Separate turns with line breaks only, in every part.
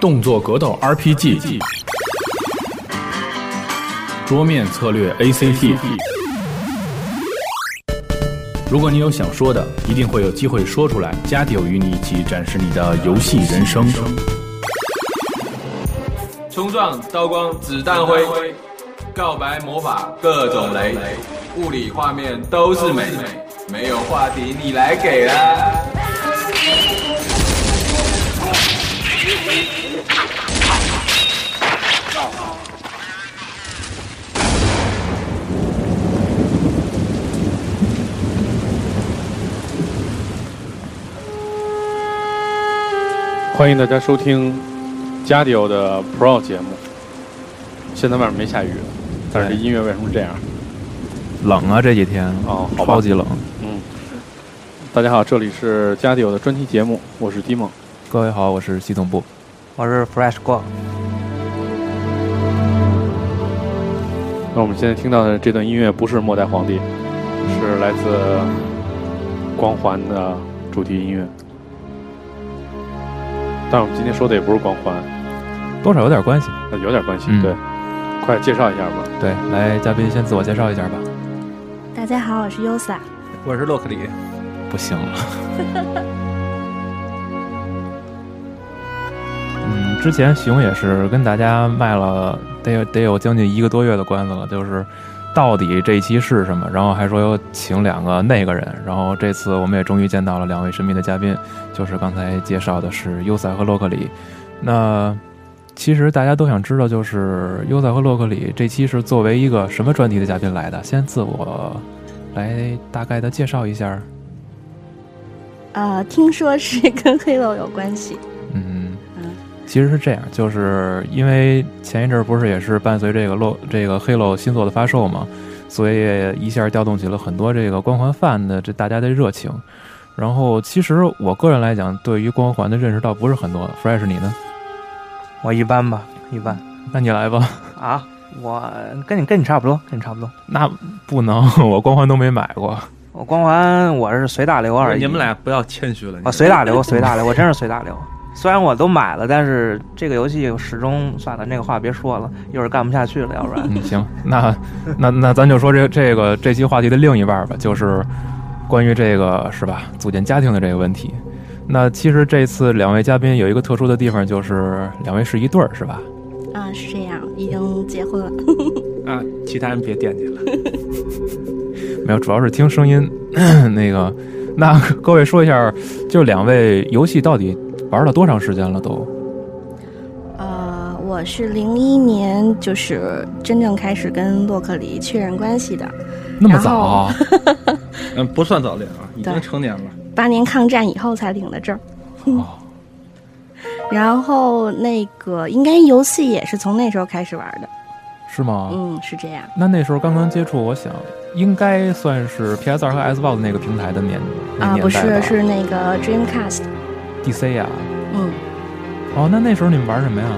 动作格斗 RPG、桌面策略 ACT。如果你有想说的，一定会有机会说出来。加迪有与你一起展示你的游戏人生。
冲撞、刀光、子弹灰、告白、魔法、各种雷，物理画面都是美，没有话题你来给啦。
欢迎大家收听加迪欧的 Pro 节目。现在外面没下雨，但是这音乐为什么这样？
冷啊，这几天
哦，好吧
超。级冷。
嗯，大家好，这里是加迪欧的专题节目，我是迪梦。
各位好，我是系统部。
我是 Fresh 过，
那我们现在听到的这段音乐不是《末代皇帝》，是来自《光环》的主题音乐。但我们今天说的也不是《光环》，
多少有点关系。
那有点关系。
嗯
对，快介绍一下吧。
对，来，嘉宾先自我介绍一下吧。
大家好，我是 Yosa。
我是洛克里。
不行 了。嗯，之前熊也是跟大家卖了得有得有将近一个多月的关子了，就是到底这一期是什么，然后还说要请两个那个人，然后这次我们也终于见到了两位神秘的嘉宾，就是刚才介绍的是优塞和洛克里。那其实大家都想知道，就是优塞和洛克里这期是作为一个什么专题的嘉宾来的？先自我来大概的介绍一下。
呃，听说是跟黑楼有关系。
嗯
嗯，
其实是这样，就是因为前一阵儿不是也是伴随这个洛这个 Halo 新作的发售嘛，所以一下调动起了很多这个光环饭的这大家的热情。然后，其实我个人来讲，对于光环的认识倒不是很多。Fresh，你呢？
我一般吧，一般
那你来吧。
啊，我跟你跟你差不多，跟你差不多。
那不能，我光环都没买过。
我光环我是随大流而已。
你们俩不要谦虚了，你
我随大流，随大流，我真是随大流。虽然我都买了，但是这个游戏始终算了，那个话别说了，一会儿干不下去了，要不然。
嗯，行，那那那咱就说这这个这期话题的另一半儿吧，就是关于这个是吧，组建家庭的这个问题。那其实这次两位嘉宾有一个特殊的地方，就是两位是一对儿，是吧？
啊、是这样，已经结婚了。
啊，其他人别惦记了。
没有，主要是听声音。那个，那 各位说一下，就两位游戏到底玩了多长时间了都？
呃，我是零一年就是真正开始跟洛克里确认关系的。
那么
然后
早、啊？
嗯，不算早恋啊，已
对
经成年了。
八年抗战以后才领的证儿。
哦
然后那个应该游戏也是从那时候开始玩的。
是吗？
嗯，是这样。
那那时候刚刚接触，我想应该算是 PS 二和 Xbox 那个平台的年
啊、
那年
不
代吧
是，是那个 Dreamcast。
DC 呀、
嗯。
哦，那那时候你们玩 什么呀？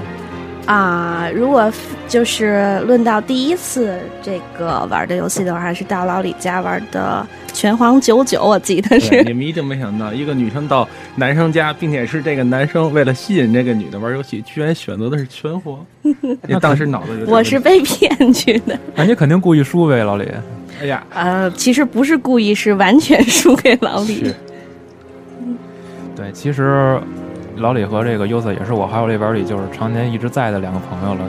啊、如果就是论到第一次这个玩的游戏的话，还是到老李家玩的《拳皇九九》，我记得
对
是。
你们一定没想到，一个女生到男生家，并且是这个男生为了吸引这个女的玩游戏，居然选择的是拳 皇。你当时脑子有点
我是被骗去的，
那你肯定故意输呗，老李。
哎呀，
呃，其实不是故意，是完全输给老李
是。对，其实老李和这个优子也是我还有这边里就是常年一直在的两个朋友了。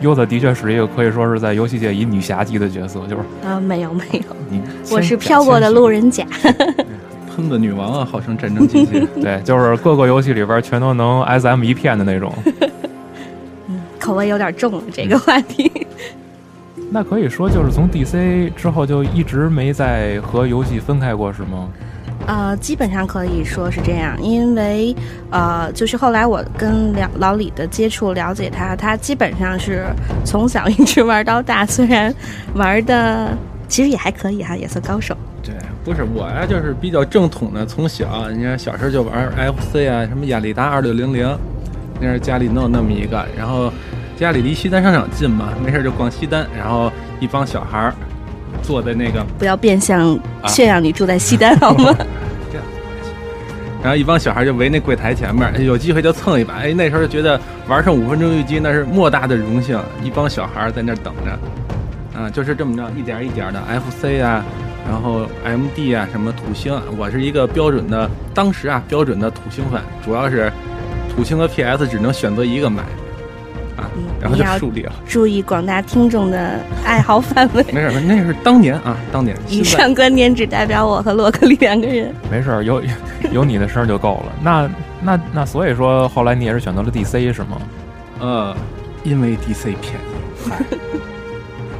优子的确是一个可以说是在游戏界以女侠级的角色， 就是
啊、没有没有，
你
我
千
是飘过的路。人甲。
喷子女王啊，号称战争机器人。
千对，就是各个游戏里边全都能 S M 一片的那 种。
口味有点重了，
嗯
这个话题。
那可以说就是从 D C 之后就一直没再和游戏分开过，是吗？
呃，基本上可以说是这样，因为呃，就是后来我跟了老李的接触，了解他，他基本上是从小一直玩到大，虽然玩的其实也还可以哈，也算高手。
对，不是我呀，就是比较正统的，从小你看小时候就玩 FC 啊，什么雅利达二六零零，那是家里能有那么一个，然后家里离西单商场近嘛，没事儿就逛西单，然后一帮小孩儿坐在那个
不要变相炫耀你住在西单、好吗？
然后一帮小孩就围那柜台前面，哎有机会就蹭一把。哎，那时候觉得玩上五分钟一局那是莫大的荣幸，一帮小孩在那儿等着，啊，就是这么着一点儿一点儿的 FC 啊，然后 MD 啊，什么土星啊，我是一个标准的，当时啊标准的土星粉，主要是土星和 PS 只能选择一个买，啊
嗯，
然后
你
就
要
树立了。
注意广大听众的爱好 范围。
没事儿，那是当年啊，当年。
以
现在
上观点只代表我和洛克利两个人。
没事儿，有 有你的声儿就够了。那那那，所以说后来你也是选择了 DC 是吗？
呃，因为 DC 便宜，嗨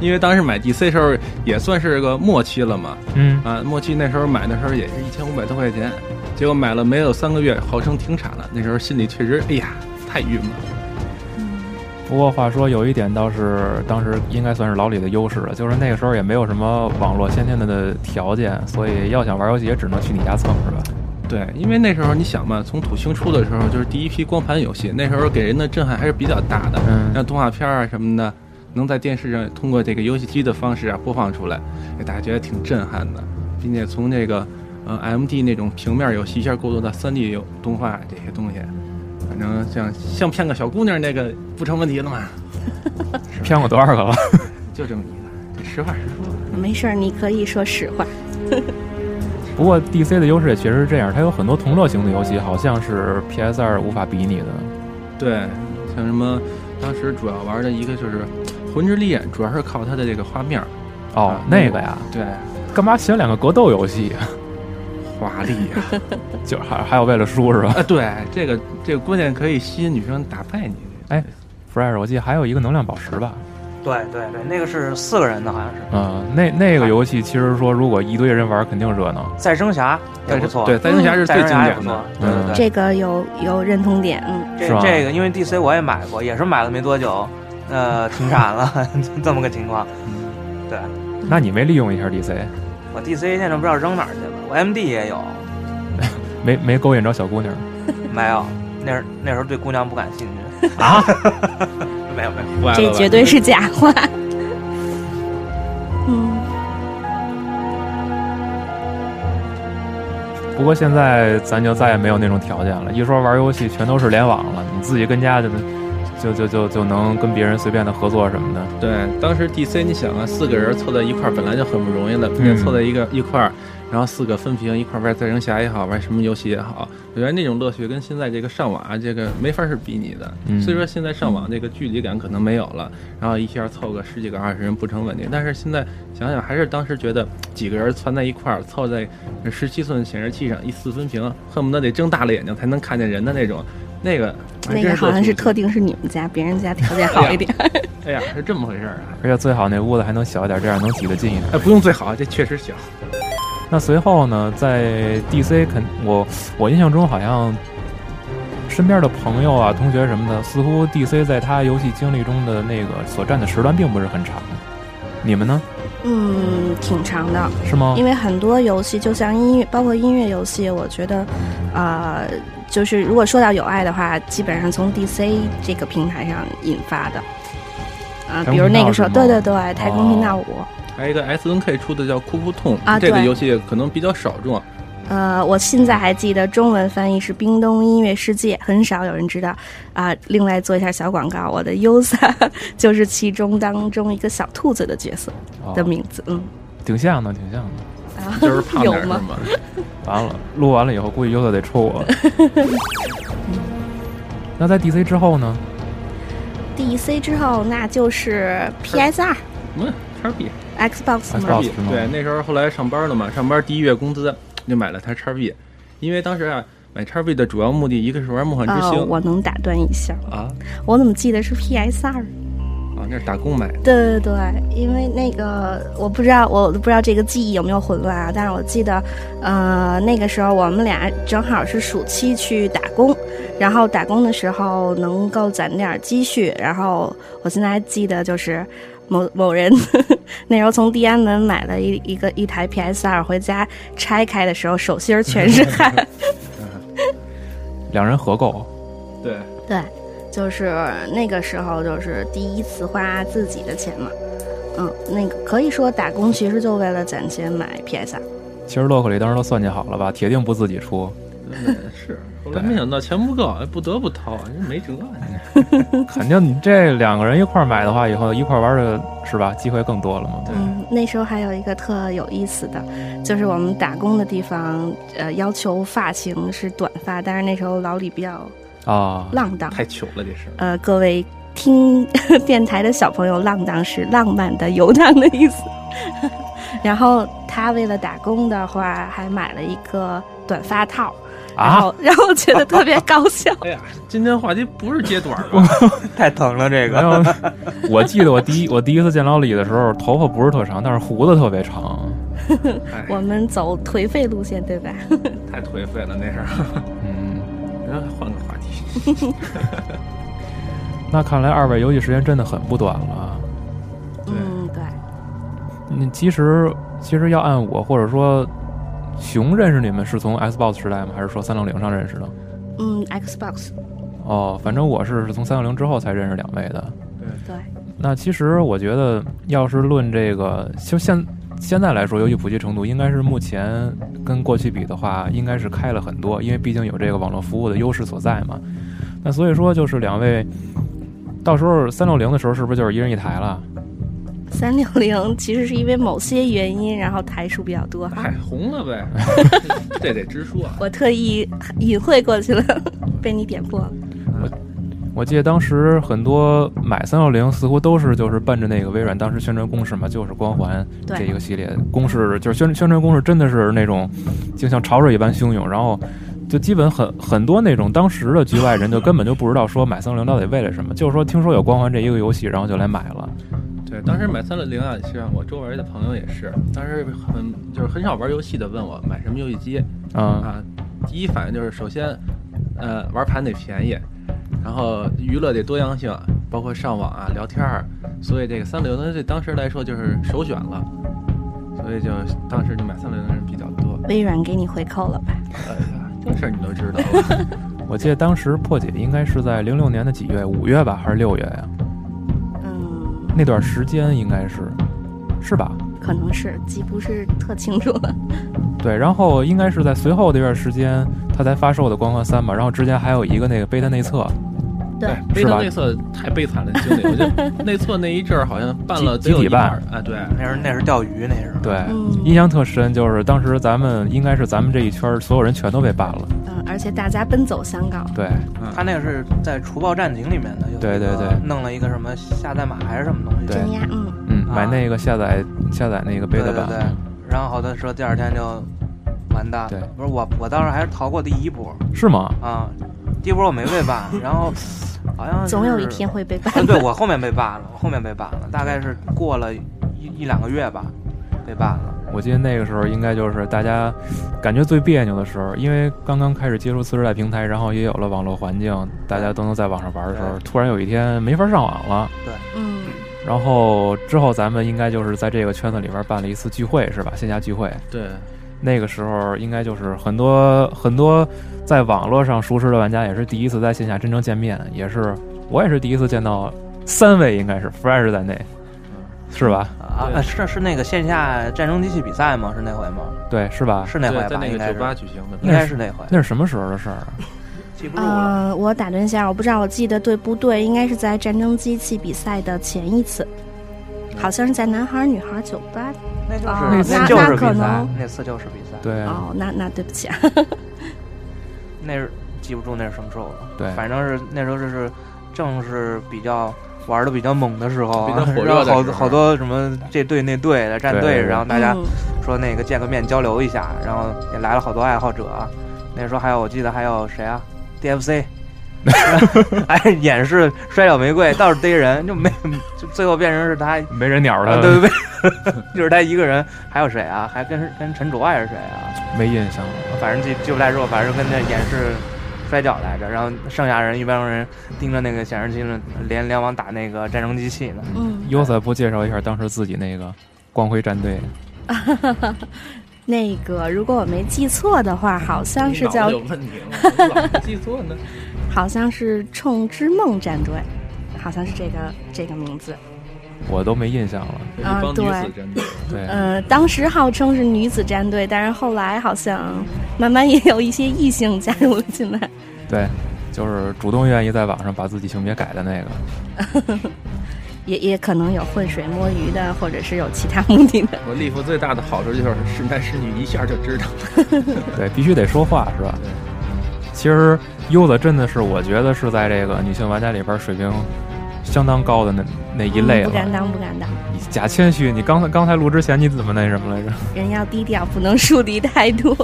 因为当时买 DC 时候也算是个末期了嘛，
嗯，
啊，末期那时候买的时候也是一千五百多块钱，结果买了没有三个月，号称停产了，那时候心里确实，哎呀，太郁闷了。
不过话说有一点倒是当时应该算是老李的优势了，就是那个时候也没有什么网络先天的条件，所以要想玩游戏也只能去你家蹭是吧？
对，因为那时候你想嘛，从土星出的时候就是第一批光盘游戏，那时候给人的震撼还是比较大的。
嗯
像动画片啊什么的，能在电视上通过这个游戏机的方式啊播放出来，给大家觉得挺震撼的，并且从这个呃 MD 那种平面游戏一下过渡到 3D 游动画这些东西，反正像像骗个小姑娘那个不成问题的嘛，
骗过多少个了？
就这么一个，实话实说。
没事儿，你可以说实话。
不过 DC 的优势也确实是这样，它有很多同乐型的游戏，好像是 PS 二无法比拟的。
对，像什么当时主要玩的一个就是《魂之力》，主要是靠它的这个画面儿，
哦
啊，
那个呀，
对，
干嘛选两个格斗游戏？
华丽呀、
就还还有为了输是吧
啊，对，啊这个这个关键可以吸引女生打败你。
哎 f r e s h 我记得还有一个能量宝石吧？
对对对，那个是四个人的，好像是
嗯，那那个游戏其实说，如果一堆人玩，肯定热闹。
再生侠也
但
不
是
错，
对，三嗯生侠是
再
最
生
经
侠也
典
不
的
错。。
对对对，
这个有有认同点，嗯，
这
是吧
这个因为 DC 我也买过，也是买了没多久，呃，停产了， 这么个情况。对
那你没利用一下 DC，
我 DC 现在不知道扔哪儿去了，我 MD 也有，
没没勾引着小姑娘？
没有，那时那时候对姑娘不感兴 趣啊， 没有没有。
坏
这
了吧
绝对是假话。嗯，
不过现在咱就再也没有那种条件了，一说玩游戏全都是联网了，你自己跟家就就就就就能跟别人随便的合作什么的。
对，当时 DC 你想啊，四个人凑在一块儿本来就很不容易了，并且
嗯
凑在一个一块儿，然后四个分屏一块儿玩再生侠也好，玩什么游戏也好，我觉得那种乐趣跟现在这个上网啊，这个没法是比拟的。
嗯
虽说现在上网这个距离感可能没有了，然后一下凑个十几个二十人不成问题，但是现在想想还是当时觉得几个人攒在一块儿凑在十七寸显示器上一四分屏，恨不得得睁大了眼睛才能看见人的那种，那个还
那
真
个好像
乐趣
是
无
特
穷，
定是你们家，别人家条件好一点。
哎呀是这么回事儿啊。
而且最好那屋子还能小一点，这样能挤得近一点。
哎，不用最好，这确实小。
那随后呢，在 DC 肯我我印象中好像身边的朋友啊、同学什么的，似乎 DC 在他游戏经历中的那个所占的时段并不是很长。你们呢？
嗯，挺长的，
是吗
因？为很多游戏，就像音乐，包括音乐游戏，我觉得，呃，就是如果说到有爱的话，基本上从 DC 这个平台上引发的。啊、
太空
比如那
频道
个时候，
是吗
对对对，太空频道五、
还有一个 S N K 出的叫《酷酷痛》
啊
这个
对
游戏可能比较少众。啊
呃，我现在还记得中文翻译是《冰冻音乐世界》，很少有人知道啊、另外做一下小广告，我的 Usa 就是其中当中一个小兔子的角色
哦
的名字，嗯，
挺像的，挺像的。
啊
就是胖
有
点儿是
吗？
吗？
完了，录完了以后估计优子得抽我。那在 DC 之后呢？
DC E 之后，那就是 PS 二、
嗯，叉 B，
Xbox
叉
嘛
Xbox
嗯
B
是吗。
对，那时候后来上班了嘛，上班第一月工资就买了台叉 B，因为当时啊买叉 B 的主要目的一个是玩《梦幻之星
哦，》我能打断一下，
啊
我怎么记得是 PS 二？
啊，那是打工买的。
对对对，因为那个我不知道，我不知道这个记忆有没有混乱啊。但是我记得，呃，那个时候我们俩正好是暑期去打工，然后打工的时候能够攒点积蓄。然后我现在还记得，就是某某人 那时候从地安门买了一一个一台 PS 二，回家拆开的时候手心儿全是汗。
两人合购，
对，
对，就是那个时候就是第一次花自己的钱嘛。嗯，那个可以说打工其实就为了攒钱买啊 PS 二。
其实洛克里当时都算计好了吧，铁定不自己出。
真的是，后来没想到钱不够，哎不得不掏，这没辙。啊
肯定你这两个人一块儿买的话，以后一块儿玩的是吧？机会更多了嘛。
嗯，那时候还有一个特有意思的，就是我们打工的地方，呃，要求发型是短发，但是那时候老李比较
啊，
浪 荡，
太糗了，这事儿。
呃，各位听 电台的小朋友，浪荡是浪漫的、游荡的意思。 然后他为了打工的话，还买了一个短发套，然
啊
后、然后觉得特别高效。
哎呀，今天话题不是接短儿吧？
太疼了
没
这个。
有， 我记得我第一我第一次见老李的时候，头发不是特长，但是胡子特别长。
哎
我们走颓废路线，对吧？
太颓废了那事儿。
嗯，
然后换个话题，
那看来二位游戏时间真的很不短了啊。
嗯，对。
你嗯其实其实要按我或者说熊认识你们是从 Xbox 时代吗？还是说三六零上认识的？
嗯，Xbox，
哦，反正我是是从三六零之后才认识两位的。
对，
那其实我觉得，要是论这个，就现现在来说，游戏普及程度，应该是目前跟过去比的话，应该是开了很多，因为毕竟有这个网络服务的优势所在嘛。那所以说，就是两位，到时候三六零的时候，是不是就是一人一台了？
三六零其实是因为某些原因，然后台数比较多哈。
哎，红了 呗，这得直说。啊
我特意隐晦过去了， 被你点破了。
我记得当时很多买三六零似乎都是就是奔着那个微软当时宣传公式嘛，就是光环
对
这一个系列公式，就是宣宣传公式真的是那种就像潮水一般汹涌，然后就基本很很多那种当时的局外人就根本就不知道说买三六零到底为了什么，就是说听说有光环这一个游戏，然后就来买了。
对，当时买三六零啊，其实我周围的朋友也是，当时很就是很少玩游戏的，问我买什么游戏机
嗯，
啊，第一反应就是首先，呃，玩盘得便宜，然后娱乐得多样性，包括上网啊、聊天儿，所以这个三六零对当时来说就是首选了，所以就当时就买三六零的人比较多。
微软给你回扣了吧？
哎呀，这事儿你都知道了，
我记得当时破解应该是在零六年的几月，五月吧还是六月呀、
嗯，
那段时间应该是是吧？
可能是记不是特清楚了。
对，然后应该是在随后的一段时间，它才发售的《光环三》嘛，然后之前还有一个那个 beta 内测，
对，
非
是吧
常内测太悲惨了，经历，我觉 得内测那一阵儿好像办了
集
得有
集
一
体办嗯
半儿啊，对。
那是那是钓鱼，那是。
对，
嗯
印象特深，就是当时咱们应该是咱们这一圈儿所有人全都被办了，
嗯，而且大家奔走相告。
对，
他那个是在《除暴战警》里面的，有一个
对对对
弄了一个什么下代码还是什么东西，
对
真呀，嗯，
嗯，
啊
买那个下载下载那个
对
beta
对
版，
对，然后好多说第二天就完蛋，
对
不是我我当时还是逃过第一波
是吗？
啊，第一波我没被办，然后好像是
总有一天，会被办
啊。对我后面被办了，我后面被办了，大概是过了一一两个月吧，被办了。
我记得那个时候应该就是大家感觉最别扭的时候，因为刚刚开始接触次世代平台，然后也有了网络环境，大家都能在网上玩的时候，突然有一天没法上网了，
嗯，
然后之后咱们应该就是在这个圈子里边儿办了一次聚会，是吧？线下聚会。
对，
那个时候应该就是很多很多在网络上熟识的玩家也是第一次在线下真正见面，也是我也是第一次见到三位，应该是 Fresh 在内，是吧？
啊，
对
呃是是那个线下战争机器比赛吗？是那回吗？
对，是吧？
是那回
啊对，在
吧？
那
应
个
该
酒吧
是，
举行
嗯
的，
应该是那回，
那是什么时候的事儿啊？
记不住了。
呃，我打断一下，我不知道我记得对不对，应该是在战争机器比赛的前一次，
嗯
好像是在男孩儿女孩儿酒吧。
那就是、
哦
那
那
就是
那可
比赛
能，
那次就是比赛，
对，
哦，那那对不起啊，
那是记不住那是什么时候了。
对
反正是那时候就是正是比较玩的比较猛的时候
比
啊，
较火
然
热的
后好
时候
好多什么这队那队的战
对
队，
对对
然后大家
嗯
说那个见个面交流一下，然后也来了好多爱好者啊。那时候还有我记得还有谁啊，DFC，哎演示摔小玫瑰，倒是逮人，就没就最后变成是他
没人鸟
啊，
他，
对对对， 就是他一个人，还有谁啊？还跟跟陈卓还是谁啊？
没印象了。
反正记记不太住，反正跟那演示摔跤来着，然后剩下人一帮人盯着那个显示器呢，连联网打那个战争机器呢。
嗯，
优子不介绍一下当时自己那个光辉战队？
那个如果我没记错的话，好像是
脑
叫
子有问题了，我老是记错呢。
好像是冲之梦战队，好像是这个这个名字。
我都没印象了。
一
啊
帮女
对
子战队，
对，
嗯
呃，当时号称是女子战队，但是后来好像慢慢也有一些异性加入了进来。
对，就是主动愿意在网上把自己性别改的那个。
也也可能有浑水摸鱼的，或者是有其他目的的。
我利弗最大的好处就是是男是女一下就知道。
对，必须得说话是吧？其实优子真的是，我觉得是在这个女性玩家里边水平相当高的那那一类
嗯
啊
了。
不敢当，不敢当，
你假谦虚，你刚才刚才录之前你怎么那什么来着？
人要低调，不能树敌太多。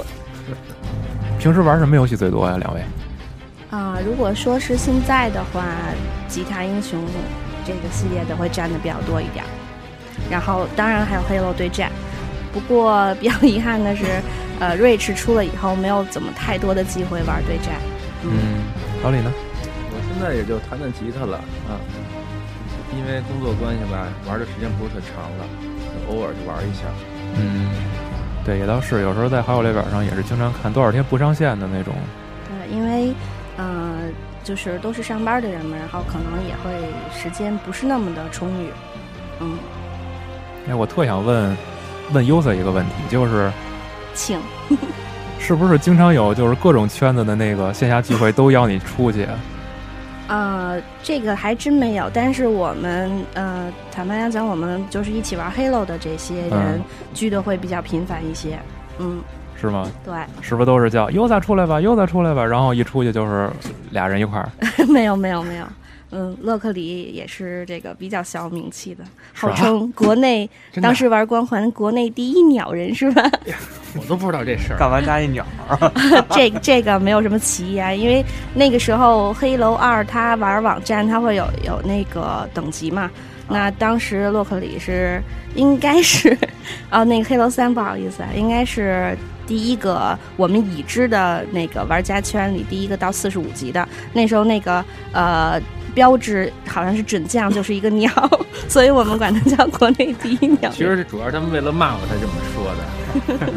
平时玩什么游戏最多呀？两位？
啊、如果说是现在的话，吉他英雄这个系列的会占的比较多一点儿，然后当然还有黑楼对战。不过比较遗憾的是， 呃，瑞驰出了以后没有怎么太多的机会玩对战。
嗯，老李呢？
我现在也就弹弹吉他了啊，因为工作关系吧，玩的时间不是特长了，偶尔就玩一下。
嗯，对，也倒是，有时候在好友列表上也是经常看多少天不上线的那种。
对，因为，呃，就是都是上班的人嘛，然后可能也会时间不是那么的充裕。嗯，
哎，我特想问问优子一个问题，就是
请
是不是经常有就是各种圈子的那个线下聚会都邀你出去？
呃，这个还真没有，但是我们呃，坦白来讲，我们就是一起玩 Halo 的这些人
嗯
聚的会比较频繁一些。嗯，
是吗？
对，
是不是都是叫优子出来吧，优子出来吧，然后一出去就是俩人一块儿，
没有没有没有。嗯，乐克里也是这个比较小有名气的，
是吧啊
号称国 内
真的
当时玩光环国内第一鸟人是吧？
我都不知道这事儿。
干完加一鸟，
这这个没有什么歧义啊，因为那个时候《黑楼二》它玩网站，它会有有那个等级嘛。那当时洛克里是应该是， 哦，那个《黑楼三》不好意思啊，应该是第一个我们已知的那个玩家圈里第一个到四十五级的。那时候那个呃标志好像是准将就是一个鸟， 所以我们管它叫国内第 一鸟。
其实是主要是他们为了骂我才这么说的。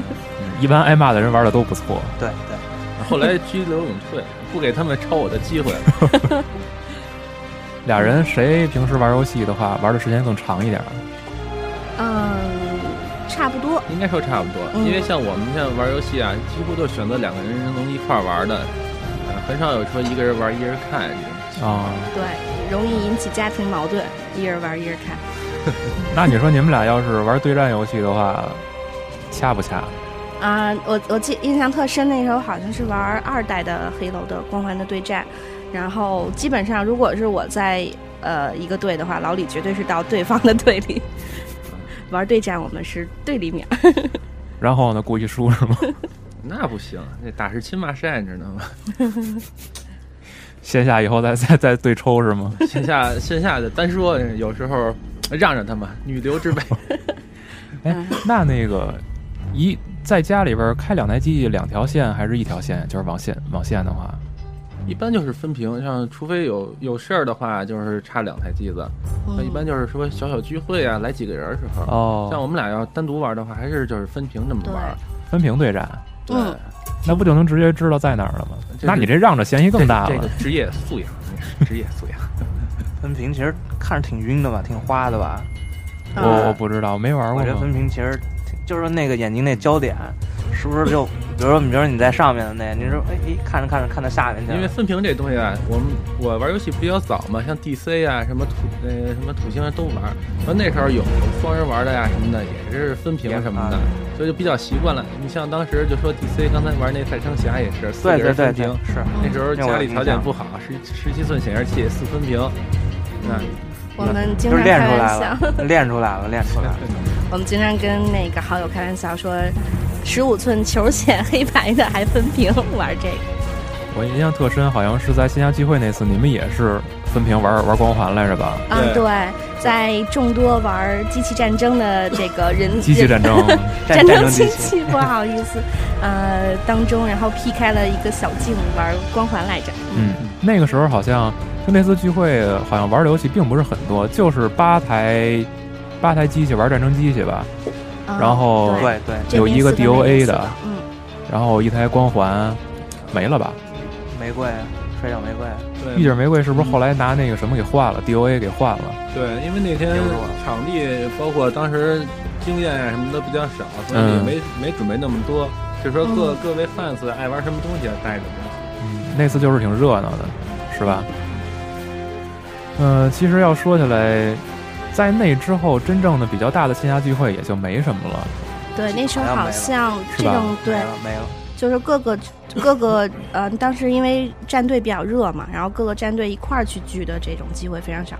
一般挨骂的人玩的都不错。
对对，
后来拘留永退，不给他们抄我的机会了。
俩人谁平时玩游戏的话，玩的时间更长一点儿？
嗯，差不多。
应该说差不多，
嗯
因为像我们现在玩游戏啊，几乎都选择两个人能一块儿玩的，呃，很少有说一个人玩一人看这种。
啊、
对，容易引起家庭矛盾，一人玩一人看。
那你说你们俩要是玩对战游戏的话，掐不掐？
啊、我我记印象特深，那时候好像是玩二代的黑楼的光环的对战，然后基本上如果是我在呃一个队的话，老李绝对是到对方的队里玩对战，我们是对立面。
然后呢，故意输是吗？
那不行，那打是亲骂是爱，你知道吗？
线下以后再再再对抽是吗？
线下线下的单说，有时候让让他们，女流之辈。
哎，那那个一在家里边开两台机器，两条线还是一条线？就是网线网线的话，
一般就是分屏，像除非有有事儿的话，就是差两台机子。那一
嗯
般就是说小小聚会啊，来几个人儿时候。像
嗯哦，
我们俩要单独玩的话，还是就是分屏这么玩。
分屏对战，
对，
嗯
那不就能直接知道在哪儿了吗？
这
那
是
你这让着嫌疑更大了。
这个职业素养，这是职业素养。
分屏其实看着挺晕的吧，挺花的吧。
我我
啊
不知道，没玩
我
过
觉得
嘛。
分屏其实挺就是说那个眼睛那焦点，是不是 就比如说比如说你在上面的那，你说哎哎看着看着看到下面去了，
因为分屏这东西啊，我们我玩游戏比较早嘛，像 DC 啊，什么土呃什么土星人都玩。然后那时候有双人玩的呀、什么的，也是分屏什么的
啊，
所以就比较习惯了。你像当时就说 DC 刚才玩那赛车侠也是四个
对对
人
对
分
对
屏，
是，
那时候
那我
家里
有印
条件
象
不好，十十七寸显示器四分屏，那
我们经
就
常
是练
开
出
玩
来
笑，
了， 练出来了，练出来 了。
我们经常跟那个好友开玩笑说，十五寸球显黑白的还分屏玩这个。
我印象特深，好像是在线下聚会那次，你们也是分屏玩玩光环来着吧？
啊，对，在众多玩机器战争的这个人
机器
人
战争，
战
战
争
争
机
机
器，
器，不好意 思，呃，当中然后劈开了一个小径玩光环来着，
嗯，那个时候好像就那次聚会，好像玩的游戏并不是很多，就是八台八台机器玩战争机器吧，
嗯
然后
对对，
这
有一
边
个
四那边
DOA
的
的，然后一台光环没了吧？
玫瑰摔角玫瑰，
对
御，姐玫瑰是不是后来拿那个什么给换了，DOA 给换了？
对，因为那天
留着吧
场地包括当时经验呀什么的比较少，所以也
嗯
没、没准备那么多。就说各、各位 fans 爱玩什么东西啊带着呢。
那次就是挺热闹的，是吧？呃，其实要说起来，在那之后，真正的比较大的线下聚会也就没什么了。
对，那时候
好
好
像
像
是
这
吧
种对
没了没了。
啊
就是各个各个呃，当时因为战队比较热嘛，然后各个战队一块儿去聚的这种机会非常少。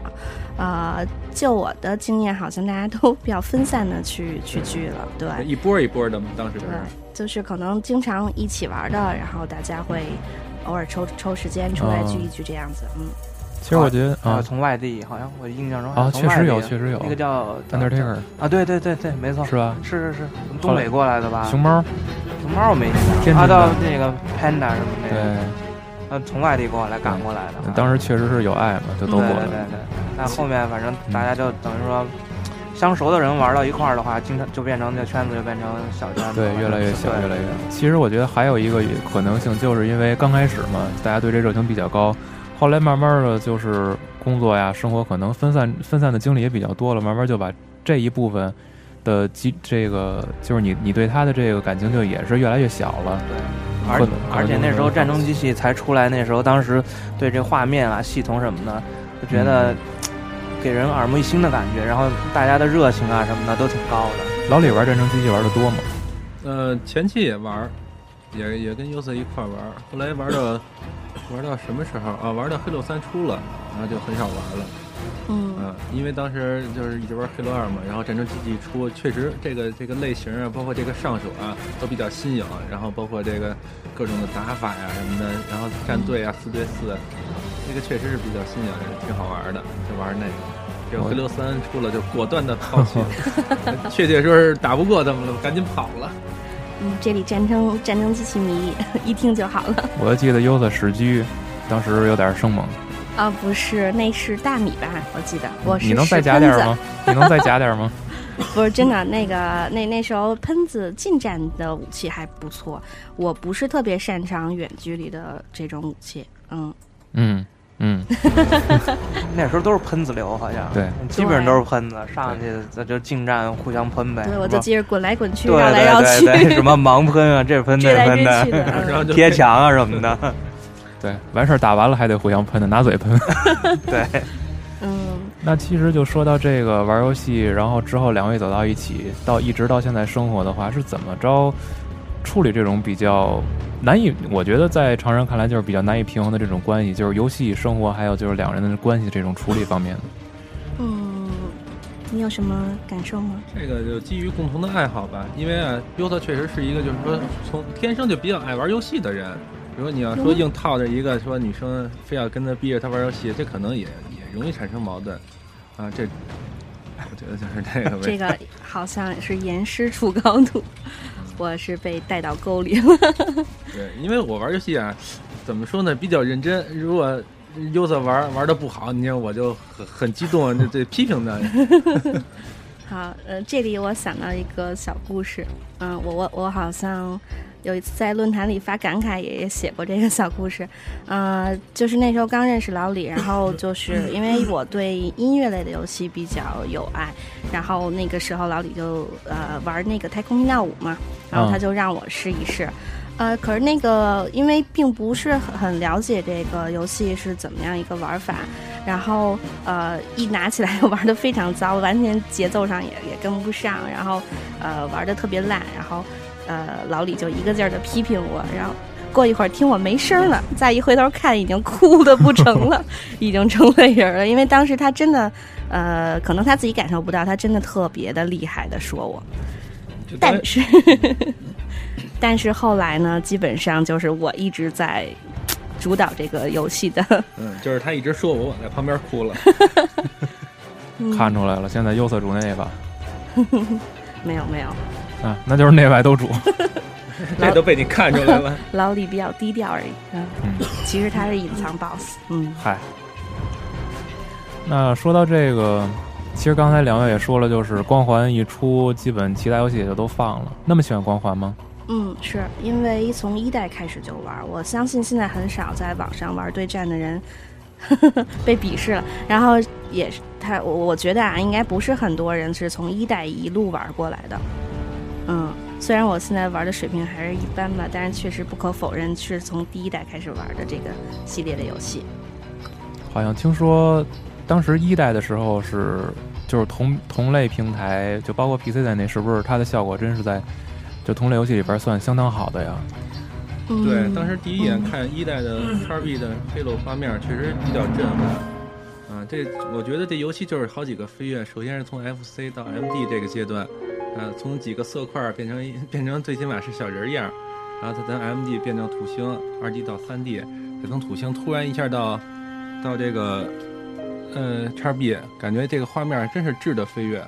呃，就我的经验，好像大家都比较分散的去去聚了，对
一波一波的嘛，当时
对，就是可能经常一起玩的，然后大家会偶尔抽抽时间出来
嗯
聚一聚这样子，嗯，
其实我觉得
还有
啊
从外地，好像我印象中
啊，
从
确
外
实
地
有，确实有
那个叫叫
，Undertaker
啊，对对对对，没错，
是吧？
是是是，
后
从东
来
北过来的吧？
熊猫，
熊猫我没印
天津
象，啊，
的
到那个 Panda 什么那个，
对，
呃，从外地过来赶过来的，
当
时
时确实是有爱嘛，就都过
对对
来
对
了。嗯
对，但后面反正大家就等于说。相熟的人玩到一块儿的话，经常就变成这圈子就变成小圈子了，
嗯
对，越来越小，
对
越来越小。其实我觉得还有一个可能性，就是因为刚开始嘛，大家对这热情比较高，后来慢慢的就是工作呀、生活可能分散分散的精力也比较多了，慢慢就把这一部分的基这个就是你你对他的这个感情就也是越来越小了。
而
可能
而且那时候战争机
器
器才出来，那时候当时对这画面啊、系统什么的，就觉
嗯
得给人耳目一新的感觉，然后大家的热情啊什么的都挺高的。
老李玩战争机器玩的多嘛，
呃，前期也玩儿，也也跟 U C 一块儿玩儿，后来玩到玩到什么时候啊？玩到黑六三出了，然后就很少玩了。
嗯，
嗯，因为当时就是一直玩黑罗二嘛，然后战争机器一出，确实这个这个类型啊，包括这个上手啊，都比较新颖，然后包括这个各种的打法呀、什么的，然后战队啊，四对四，这个确实是比较新颖，也挺好玩的，就玩那个。这个
我
黑六三出了就果断的抛弃 了，确切说是打不过他们了，赶紧跑了。
嗯，这里战争战争机器迷 一听就好了
我就记得优子史居，当时有点生猛。
啊，不是，那是大米吧？我记得我是
你能再
石
加点
喷子
吗？你能再加点吗？
不是真的，那个那那时候喷子近战的武器还不错，我不是特别擅长远距离的这种武器。嗯，
嗯嗯，
那时候都是喷子流，好像
对，
基本上都是喷子，上去咱就近战互相喷呗。
对，我
哎什
就
么
记着滚来滚去，
对
绕来绕
对
去，
对对，什么盲喷啊，这喷
追
那
来
喷
追去
的，
的。嗯
然后就
贴墙啊什么的。
对，完事儿打完了还得互相喷的，拿嘴喷。
对，
嗯，
那其实就说到这个玩游戏，然后之后两位走到一起，到一直到现在生活的话，是怎么着处理这种比较难以？我觉得在常人看来就是比较难以平衡的这种关系，就是游戏、生活，还有就是两人的关系这种处理方面。
嗯，你有什么感受吗？
这个就基于共同的爱好吧，因为啊，优特确实是一个就是说从天生就比较爱玩游戏的人。如果你要说硬套着一个说女生非要跟他逼着他玩游戏，这可能也也容易产生矛盾啊。这 我觉得就是这个
这
呗。
个好像是严师出高徒，我是被带到沟里了。
对，因为我玩游戏啊，怎么说呢，比较认真。如果优特玩玩的不好，你看我就很很激动，这这批评他。
好，呃，这里我想到一个小故事，嗯、我我我好像有一次在论坛里发感慨，也也写过这个小故事，呃，就是那时候刚认识老李，然后就是因为我对音乐类的游戏比较有爱，然后那个时候老李就呃玩那个太空频道五嘛，然后他就让我试一试。呃，可是那个，因为并不是很很了解这个游戏是怎么样一个玩法，然后呃，一拿起来 玩的非常糟，完全节奏上也也跟不上，然后呃玩的特别烂，然后呃老李就一个劲儿的批评我，然后过一会儿听我没声儿了，再一回头看已经哭的不成了，已经成泪人儿了，因为当时他真的呃，可能他自己感受不到，他真的特别的厉害的说我，
这当然
但是但是后来呢，基本上就是我一直在主导这个游戏的，
嗯，就是他一直说我，我在旁边哭了。
看出来了，现在优色主内吧，
没有没有。
啊，那就是内外都主。
这都被你看出来了。
老李比较低调而已，嗯，
嗯
其实他是隐藏 boss，嗯，
嗨，那说到这个，其实刚才两位也说了，就是光环一出，基本其他游戏也就都放了。那么喜欢光环吗？
嗯，是因为从一代开始就玩，我相信现在很少在网上玩对战的人 被鄙视了。然后也是他，我我觉得啊，应该不是很多人是从一代一路玩过来的。嗯，虽然我现在玩的水平还是一般吧，但是确实不可否认是从第一代开始玩的这个系列的游戏。
好像听说当时一代的时候是就是同同类平台，就包括 PC 在内，是不是它的效果真是在就同类游戏里边算相当好的呀？
嗯、
对，当时第一眼看一代的 XB 的 Halo 画面，确实比较震撼。啊，这我觉得这游戏就是好几个飞跃，首先是从 FC 到 MD 这个阶段，啊，从几个色块变成一 变成最起码是小人样儿，然后它从 MD 变成土星，二 D 到三 D，再从土星突然一下到到这个呃 XB，感觉这个画面真是质的飞跃。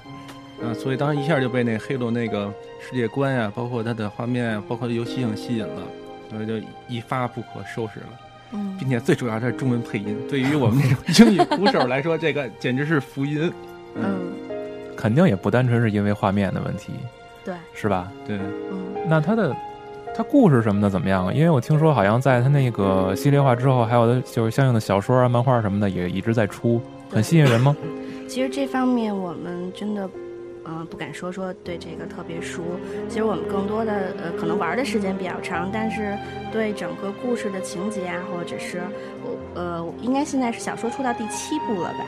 啊，所以当时一下就被那 Halo 那个世界观呀、包括它的画面呀、啊包括游戏性吸引了。所以就一发不可收拾了，
嗯
并且最主要是中文配音，对于我们这种英语鼓手来说， 这个简直是福音。
嗯，
肯定也不单纯是因为画面的问题，
对，
是吧？
对，
嗯
那它的它故事什么的怎么样啊？因为我听说好像在它那个系列化之后，还有的就是相应的小说啊、漫画什么的也一直在出，很吸引人吗？
其实这方面我们真的，嗯、不敢说说对这个特别熟。其实我们更多的呃，可能玩的时间比较长，但是对整个故事的情节啊，或者是我呃，应该现在是小说出到第七部了吧？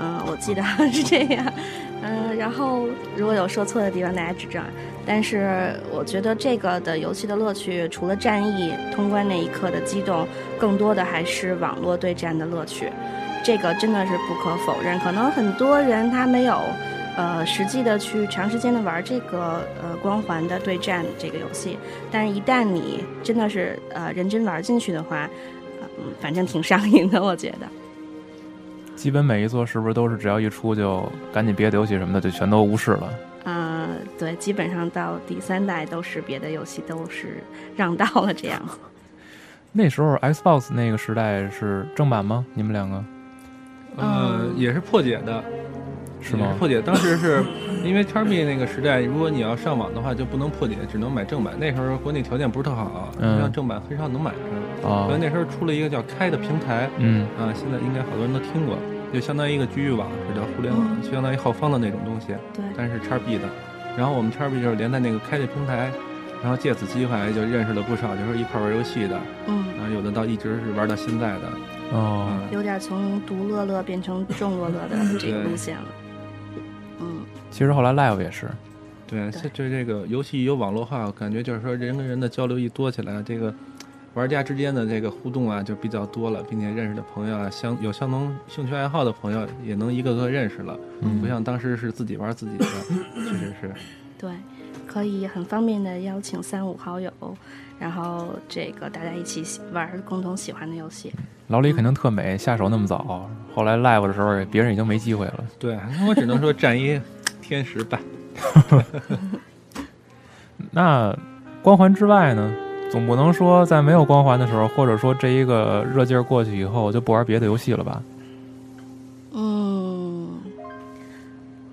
嗯、我记得是这样。嗯，然后如果有说错的地方，大家指正啊。但是我觉得这个的游戏的乐趣，除了战役通关那一刻的激动，更多的还是网络对战的乐趣。这个真的是不可否认。可能很多人他没有，呃，实际的去长时间的玩这个呃光环的对战这个游戏，但是一旦你真的是呃认真玩进去的话，呃嗯，反正挺上瘾的，我觉得。
基本每一座是不是都是只要一出就赶紧别的游戏什么的就全都无视了？
呃，对，基本上到第三代都是别的游戏都是让道了这样子。
那时候 Xbox 那个时代是正版吗？你们两个
呃，也是破解的，
是
也
吗？
破解当时是因为 Termi 那个时代，如果你要上网的话就不能破解，只能买正版。那时候国内条件不是特好，
嗯
像正版很少能买上。
啊
所以，那时候出了一个叫开的平台，
嗯，
啊，现在应该好多人都听过，就相当于一个局域网，是叫互联网，就相当于浩方的那种东西。
对，
但是叉 B 的，然后我们叉 B 就是连在那个开的平台，然后借此机会就认识了不少，就是一块儿玩游戏的，
嗯，
然后有的到一直是玩到现在的，
哦，
嗯，
有点从独乐乐变成众乐乐的这个路线了。嗯，
其实后来 Live 也是，
对，这这这个游戏有网络化，我感觉就是说人跟人的交流一多起来，这个玩家之间的这个互动啊就比较多了，并且认识的朋友啊，相有相同兴趣爱好的朋友也能一个个认识了，不像当时是自己玩自己的，确实是。
对，可以很方便的邀请三五好友，然后这个大家一起喜玩儿共同喜欢的游戏。
老李肯定特美，下手那么早，后来 Live 的时候别人已经没机会了。
对，那我只能说战一天使吧。
那光环之外呢？总不能说在没有光环的时候，或者说这一个热劲儿过去以后，就不玩别的游戏了吧？
嗯，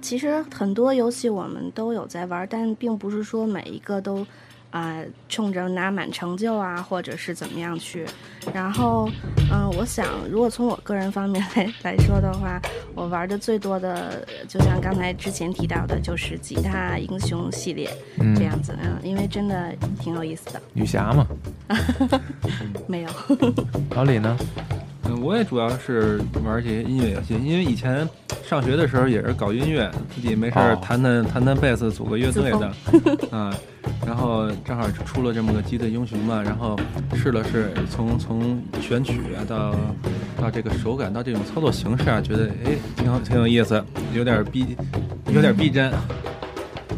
其实很多游戏我们都有在玩儿，但并不是说每一个都啊、冲着拿满成就啊，或者是怎么样去。然后，嗯、我想如果从我个人方面来来说的话，我玩的最多的，就像刚才之前提到的，就是吉他英雄系列
嗯
这，样子。嗯，因为真的挺有意思的。
女侠嘛。
没有，
老李呢？
嗯，我也主要是玩这些音乐游戏，因为以前上学的时候也是搞音乐，自己没事儿
哦
弹弹弹弹贝斯，组个乐队的，啊，然后正好出了这么个《鸡的英雄》嘛，然后试了试，从从选曲啊到到这个手感到这种操作形式啊，觉得哎挺好挺有意思，有点逼有点逼真，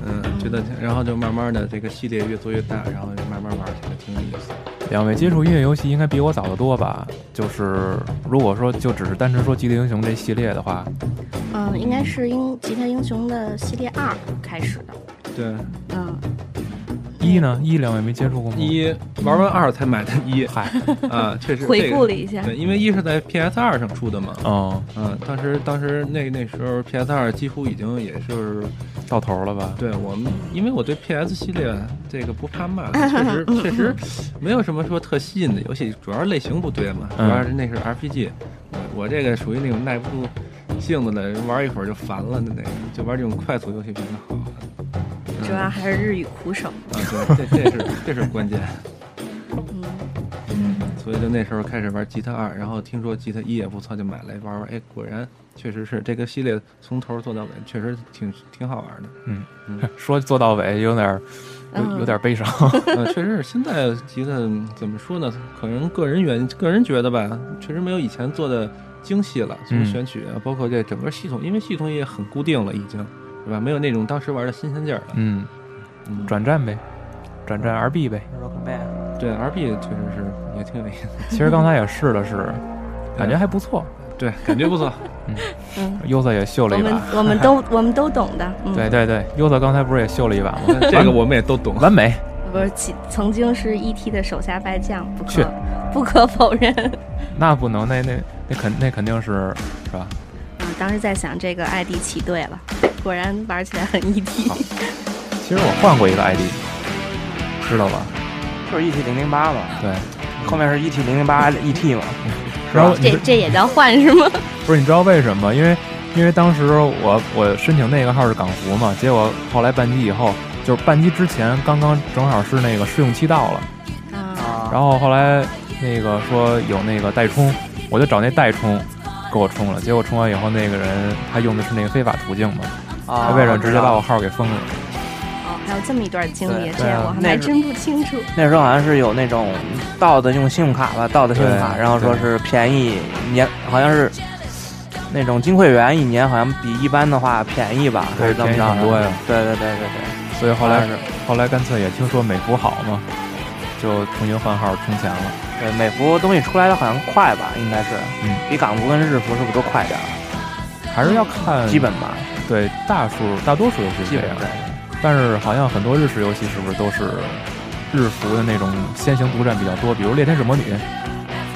嗯，觉得然后就慢慢的这个系列越做越大，然后就慢慢玩起来挺有意思。
两位接触音乐游戏应该比我早得多吧？就是如果说就只是单纯说《极地英雄》这系列的话，
嗯，应该是英吉他英雄的系列二开始的。
对，
嗯，
一呢？一两位没接触过吗？
一玩完二才买的一，
嗨，
啊，确实
回顾
了
了一下，
对，因为一是在 PS 二上出的嘛，
哦，
嗯，当时当时那那时候 PS 二几乎已经也就是
到头了吧？
对我们，因为我对 PS 系列这个不怕骂，确 实确实没有什么说特吸引的游戏，主要是类型不对嘛，主
嗯
要是那是 RPG，、我这个属于那种耐不住性子的，玩一会儿就烦了的那种，就玩这种快速游戏比较好。
嗯
主要还是日语苦手。
啊，对，这这是这是关键，
嗯，
所以就那时候开始玩吉他二，然后听说吉他一也不错，就买来玩玩，哎，果然确实是这个系列从头做到尾，确实挺挺好玩的。
说做到尾有点儿有
嗯
有点儿悲伤。
呃，确实是现在吉他嗯怎么说呢？可能个人原个人觉得吧，确实没有以前做的精细了，从
嗯
选曲啊，包括这整个系统，因为系统也很固定了，已经是吧？没有那种当时玩的新鲜劲儿了。
嗯，
嗯，
转战呗，转战 RB 呗。
Rock Band，
对 R B 确实是也挺有意思，
其实刚才也试了 试，感觉还不错。
对，感觉不错。
优子也秀嗯了
嗯我
一
们
把，
我们都我们都懂的。嗯，
对对对，优子刚才不是也秀了一把吗？
这个我们也都懂。
完美，
不是其曾经是 E.T. 的手下败将，不
去
可不可否认。
那不能，那那那肯那肯定是是吧？
嗯，当时在想这个艾迪起对了，果然玩起来很 E E.T.
其实我换过一个 ID，知道吧？
就是 ET 零零八嘛，
对，
后面是 ET 零零八
嗯
ET 嘛，
然后你
这这也叫换是吗？
不是你知道为什么？因为因为当时我我申请那个号是港服嘛，结果后来办机以后，就是办机之前刚刚正好是那个试用期到了，
啊，
啊，
然后后来那个说有那个代充，我就找那代充给我充了，结果充完以后那个人他用的是那个非法途径嘛，
啊
他为了直接把我号给封了，
哦，还有这么一段经历，
对
这我
那
还
啊
是
真不清楚。
那时候好像是有那种盗的用信用卡吧，盗的信用卡，
对
然后说是便宜年，好像是那种金会员一年好像比一般的话便宜吧，还
对
是怎么
便宜
着？
很多呀。
对对对对对，
所以后
好
来
像是
后来干脆也听说美服好嘛，就重新换号充钱了。
对美服东西出来的好像快吧，应该是，
嗯
比港服跟日服是不是都快点儿？
还是要看
基本吧，
对大数大多数游戏是
基
这
本
样
对，。
但是好像很多日式游戏是不是都是日服的那种先行独占比较多？比如《猎天使魔女》，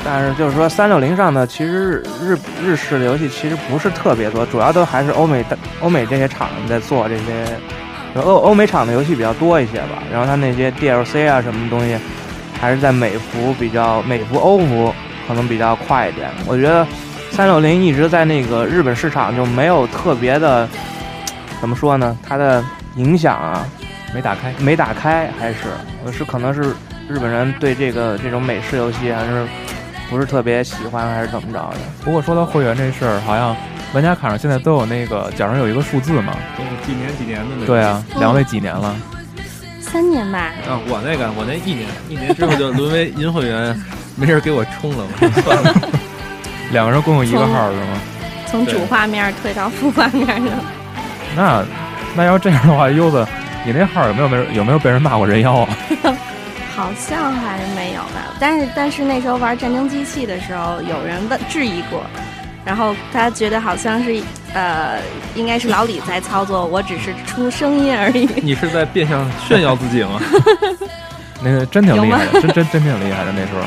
但是就是说，三六零上的其实日日式的游戏其实不是特别多，主要都还是欧美的欧美这些厂在做这些，欧欧美厂的游戏比较多一些吧。然后它那些 DLC 啊什么东西，还是在美服比较美服欧服可能比较快一点。我觉得三六零一直在那个日本市场就没有特别的，怎么说呢？它的影响啊，
没打开。
没打开，还是我是可能是日本人对这个这种美式游戏还是不是特别喜欢，还是怎么着的？
不过说到会员这事儿，好像玩家卡上现在都有那个脚上有一个数字嘛？
这是几年几年的那个
对啊，两位几年了？
三年吧，
啊，我那个我那一年一年之后就沦为银会员，没人给我充了，我说算了。
两个人共用一个号是吗？
从
对
主画面退到副画面了。
那那要这样的话，柚子，你那号有没有被有没有被人骂过人妖啊？
好像还没有吧，但是但是那时候玩战争机器的时候，有人问质疑过，然后他觉得好像是呃，应该是老李在操作，我只是出声音而已。
你是在变相炫耀自己吗？
那个真挺厉害的，真真真挺厉害的。那时候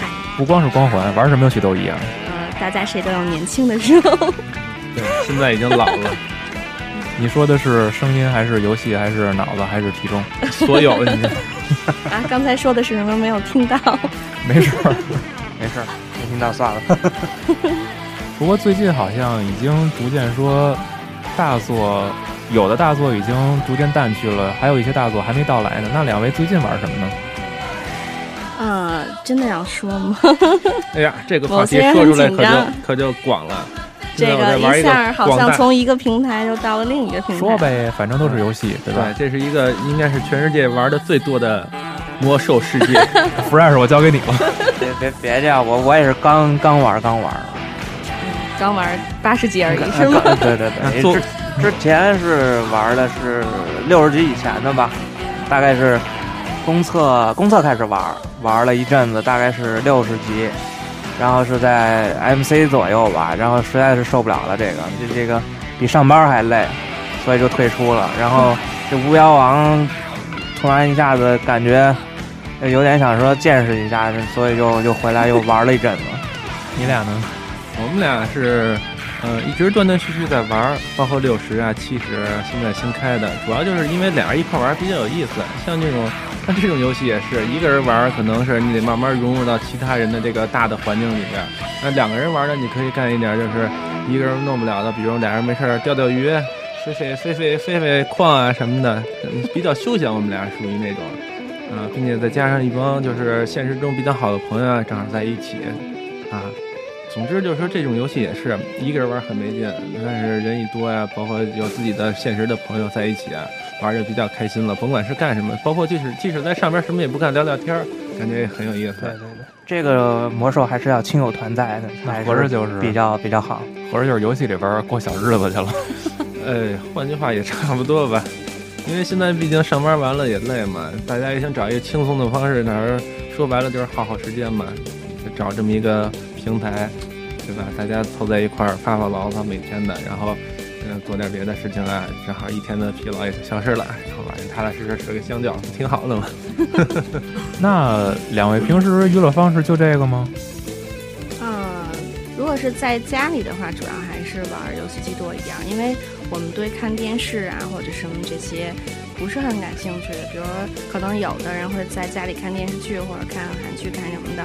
嗨，
不光是光环，玩什么游戏都一样。
呃，
嗯
大家谁都有年轻的时候，
对，现在已经老了，
你说的是声音，还是游戏，还是脑子，还是体重？
所有你
啊，刚才说的是什么没有听到？
没事儿。
没事儿，没听到算了。
不过最近好像已经逐渐说，大作有的大作已经逐渐淡去了，还有一些大作还没到来呢。那两位最近玩什么呢？
呃，真的要说 吗？
哎呀，这个话题说出来可
某些人很紧张
就可就广了。现
这
在我在玩
一
一个
下儿好
广
像
大
从一个平台又到了另一个平台。
说呗，反正都是游戏，对吧
对，这是一个应该是全世界玩的最多的魔兽世界。
？Fresh，我交给你了。
别别别这样，我我也是刚刚玩刚玩，
刚玩八十级而已，是
刚
吗？
刚对对
那
对，
做
之之前是玩的是六十级以前的吧，大概是公测公测开始玩，玩了一阵子，大概是六十级，然后是在 MC 左右吧，然后实在是受不了了，这个这这个比上班还累，所以就退出了。然后这巫妖王突然一下子感觉呃有点想说见识一下，所以就就回来又玩了一阵子。
你俩呢？
我们俩是，呃，一直断断续续在玩儿，包括六十啊、七十，现在新开的，主要就是因为俩人一块玩儿比较有意思。像这种，像这种游戏也是一个人玩儿，可能是你得慢慢融入到其他人的这个大的环境里边儿。那两个人玩儿呢，你可以干一点儿就是一个人弄不了的，比如俩人没事儿钓钓鱼、飞飞飞飞飞飞矿啊什么的，嗯比较休闲。我们俩属于那种。啊，并且再加上一帮就是现实中比较好的朋友啊，正好在一起，啊，总之就是说，这种游戏也是一个人玩很没劲，但是人一多呀、包括有自己的现实的朋友在一起啊，玩就比较开心了。甭管是干什么，包括就是即使在上边什么也不干，聊聊天儿，感觉也很有意思。
对对，这个魔兽还是要亲友团在的，还
合着就是
比较比较好。
合着就是游戏里边过小日子去了。
呃，换句话也差不多吧，因为现在毕竟上班完了也累嘛，大家也想找一个轻松的方式，哪儿说白了就是耗耗时间嘛，就找这么一个平台，对吧？大家凑在一块儿发发牢骚每天的，然后嗯、呃做点别的事情啊，正好一天的疲劳也消失了，然后晚上踏踏实实吃个香蕉，挺好的嘛。
那两位平时娱乐方式就这个吗？
嗯，如果是在家里的话，主要还是玩游戏机多一点，因为我们对看电视啊或者什么这些不是很感兴趣。比如可能有的人会在家里看电视剧或者看韩剧看什么的，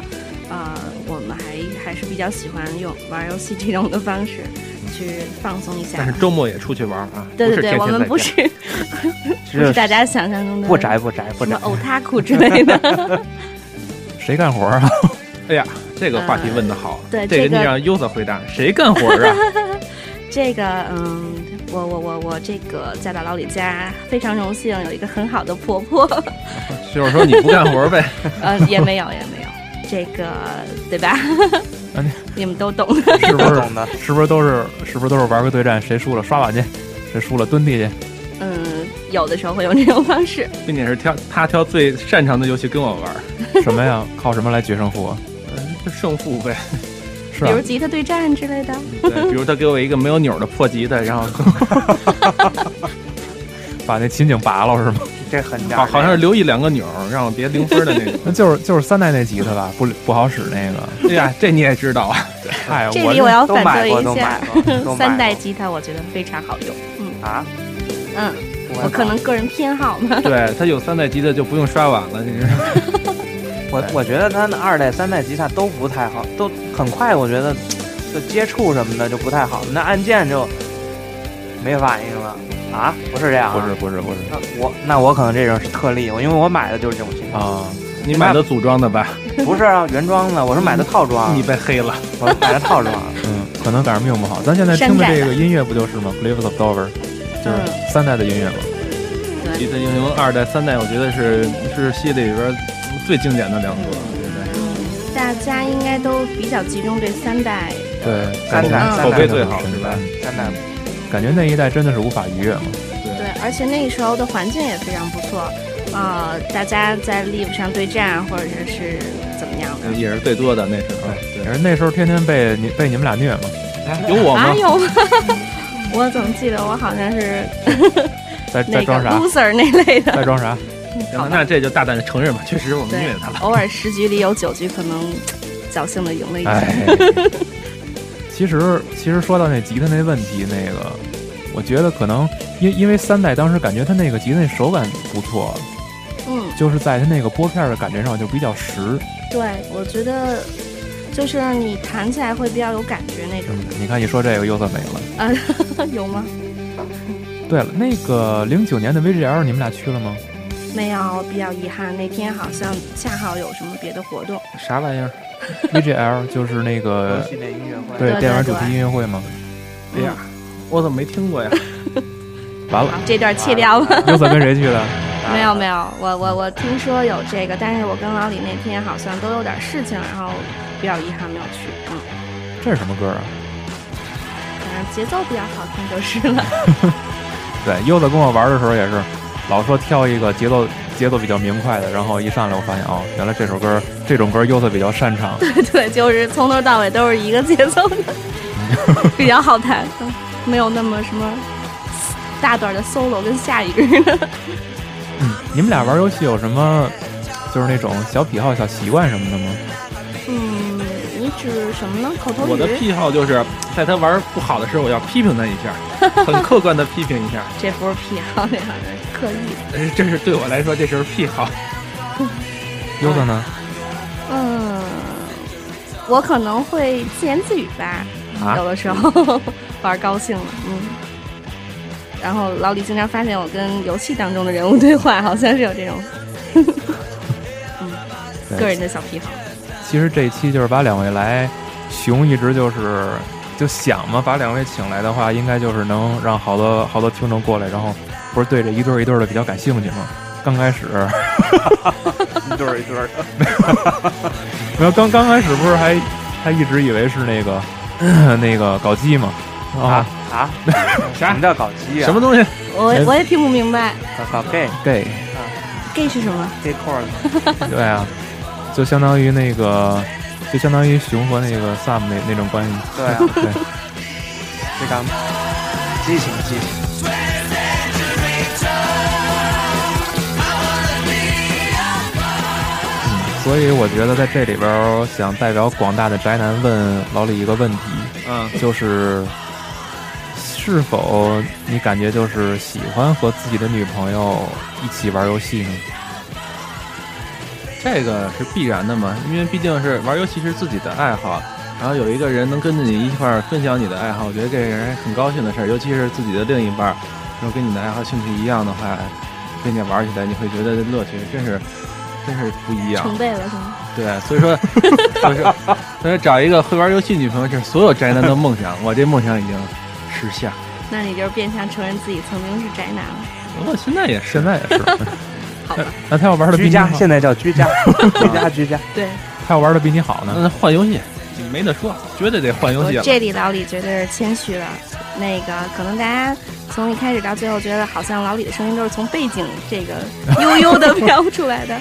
呃，我们还还是比较喜欢用玩游戏这种的方式去放松一下
但是。周末也出去玩儿啊，
对
不是天
对对，
天
我们
在
不
家
是不是大家想象中的
不宅不宅不
什
宅
么，呕他苦之类的。
谁干活啊？
哎呀，这个话题问的好，
对
这
这
个
个
你让优子回答，谁干活儿啊？
这个，嗯，我我我我这个嫁到老李家，非常荣幸有一个很好的婆婆，
就是说你不干活儿呗。
呃，也没有也没有，这个对吧
啊你？
你们都懂。
是不
都
是？
懂的。
是不是都是？是不是都是玩个对战，谁输了刷碗去，谁输了蹲地去？
嗯，有的时候会用这种方式，
并且是挑他挑最擅长的游戏跟我玩儿，
什么 呀？靠什么来决胜负啊？
嗯，就胜负 呗。
是
比
啊
如，吉他对战之类的。
嗯
对，比如他给我一个没有钮儿的破吉他，然 后
把那琴颈拔了 是吗？
这很
好好像是留一两个钮儿，让我别零分儿的那 种。
那就是就是三代那吉他吧，不不好使那个。
对哎呀，这你也知道啊。
哎，
这
我
里我要
都
反
买
对
过
一
都买
下，
过， 都买过
三代吉他我觉得非常好用。
啊，
嗯，
不会
我可
吧
能个人偏好嘛。
对他有三代吉他就不用刷碗了，你知 道吗？
我我觉得他那二代、三代吉他都不太好，都很快，我觉得就接触什么的就不太好，那按键就没反应了啊，不是这样、啊，
不是不是不是
那我那我可能这种是特例，我因为我买的就是这种型号，
啊，
你买的组装的吧？
不是啊，原装的，我是买的套装，
你被黑了。
我买的套装，
嗯，可能赶上命不好。咱现在听的这个音乐不就是吗？Cliffs of Dover，就是三代的音乐嘛。
吉他英雄二代、三代，我觉得是是系列里边儿最经典的两个。
大家应该都比较集中对三代，
对，
三代
感觉
口碑
最好是吧？
真的
感觉那一代真的是无法逾越嘛。
对，而且那时候的环境也非常不错，呃，大家在 Live 上对战啊或者是怎么样的。
也是最多的那时候。
对，而那时候天天被你被你们俩虐嘛，
对，哎有我吗
哪？有啊？ 我怎么记得我好像是
在
那
在
个
装啥？
loser 那类 的？
在装 啥？
好
行
吧
那这就大胆承认吧，确实我们虐
对
他了。，
偶尔十局里有九局可能侥幸的赢了一局。
哎，其实其实说到那吉他那问题，那个我觉得可能因因为三代当时感觉它那个吉他那手感不错，
嗯，
就是在它那个拨片的感觉上就比较实。
对，我觉得就是你弹起来会比较有感觉那种
嗯，你看一说这个又算没了。
的， 有吗？
对了，那个零九年的 VGL 你们俩去了吗？
没有，比较遗憾，那天好像恰好有什么别的活动。
啥玩意 儿？
VGL 就是那
游
个
戏类音乐会，
呃对
对
电玩主
对
题音乐会吗？
哎呀，我怎么没听过呀？
完
好
了，，
这段切掉吧。
又算跟谁去的？
没有没有，我我我听说有这个，但是我跟老李那天好像都有点事情，然后比较遗憾没有去。嗯，
这是什么歌啊？
反正节奏比较好听就是 了。
对，柚子跟我玩的时候也是，老说挑一个节奏节奏比较明快的，然后一上来我发现哦，原来这首歌这种歌柚子比较擅长。
对，就是从头到尾都是一个节奏 的，比较好弹，嗯没有那么什么大段的 solo 跟下一个人的。
嗯，你们俩玩游戏有什么就是那种小癖好、小习惯什么的吗？
嗯，你指什么呢？口头语？
我的癖好就是在他玩不好的时候，我要批评他一下，很客观的批评一下。
这不是癖好呀，刻意。
呃这是对我来说，这是癖好。
优子呢？
嗯，我可能会自言自语吧，
啊
有的时候玩高兴了，嗯。然后老李经常发现我跟游戏当中的人物对话，好像是有 这种嗯
对
个人的小癖好。
其实这一期就是把两位来，熊一直就是就想嘛，把两位请来的话，应该就是能让好多好多听众过来，然后不是对这一对儿一对儿的比较感兴趣吗？刚开始
一对儿一对儿，
没有，刚刚开始不是还还一直以为是那个 那个搞基嘛，
啊
啊
啊！
啥
什么叫搞基啊？
什么东西？
我
哎
我也听不明白
搞搞 gay
，gay，
gay 是什么。
gay core
对啊，就相当于那个就相当于熊和那个 Sam 那那种关系，
对 啊，
对。
非常激情激情。
所以我觉得在这里边儿想代表广大的宅男问老李一个问题，
嗯，
就是是否你感觉就是喜欢和自己的女朋友一起玩游戏呢？
这个是必然的嘛，因为毕竟是玩游戏是自己的爱好，然后有一个人能跟着你一块儿分享你的爱好，我觉得这个人很高兴的事儿，尤其是自己的另一半儿，如果跟你的爱好兴趣一样的话，跟你玩起来你会觉得这乐趣真是真是不一样。
成倍了是吗？
对，所以说，所以说，所以说找一个会玩游戏女朋友，这是所有宅男的梦想。我这梦想已经实现了，
那你就是变相承认自己曾经是宅男了。
我现在也是
现。在也是。
好
那
吧
那他要玩的比
居
你
家
好，
现在叫 居家，居家居家。
对，
他要玩的比你好呢，
那换游戏没得说，绝对得换游
我
戏了。
这里老李绝对是谦虚了。那个可能大家从一开始到最后，觉得好像老李的声音都是从背景这个悠悠的飘出来的。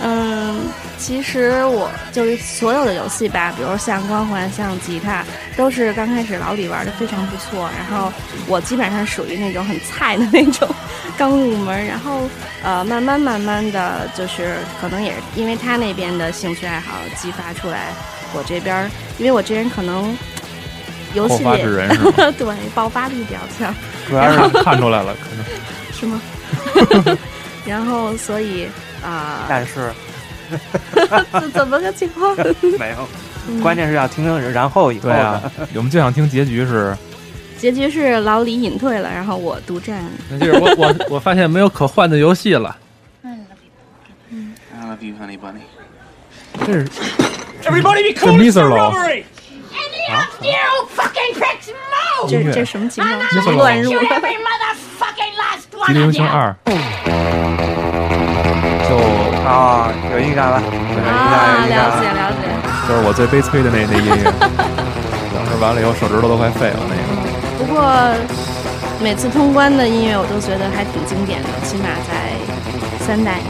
嗯，其实我就是所有的游戏吧，比如像光环、像吉他，都是刚开始老李玩的非常不错，然后我基本上属于那种很菜的那种，刚入门，然后呃，慢慢慢慢的就是可能也是因为他那边的兴趣爱好激发出来，我这边儿因为我这人可能游
后
戏
发
里
制 人是吗？
对，爆发力比较强，
主要是看出来了，可能
是吗？ 然后，所以啊，
但是
这、怎么个情况？
没有，关键是要听听然后以后
对
的。
啊，我们就想听结局是
结局是老李隐退了，然后我独占。
那就是我我我发现没有可换的游戏了。
I love you, honey bunny.
这是 The Miserable
Any of you fucking pricks move!
这
音乐
这什么情况？
Miserable
乱入
Shoot every motherfucking last
《吉
one
林英
of
雄
you!
二》，就
啊，有预感了，有预感，
啊！
哎
有预感
了解了解。
就是我最悲催的那那音乐。 当时完了以后，手指头都快废了那个。
不过每次通关的音乐我都觉得还挺经典的，起码在三代、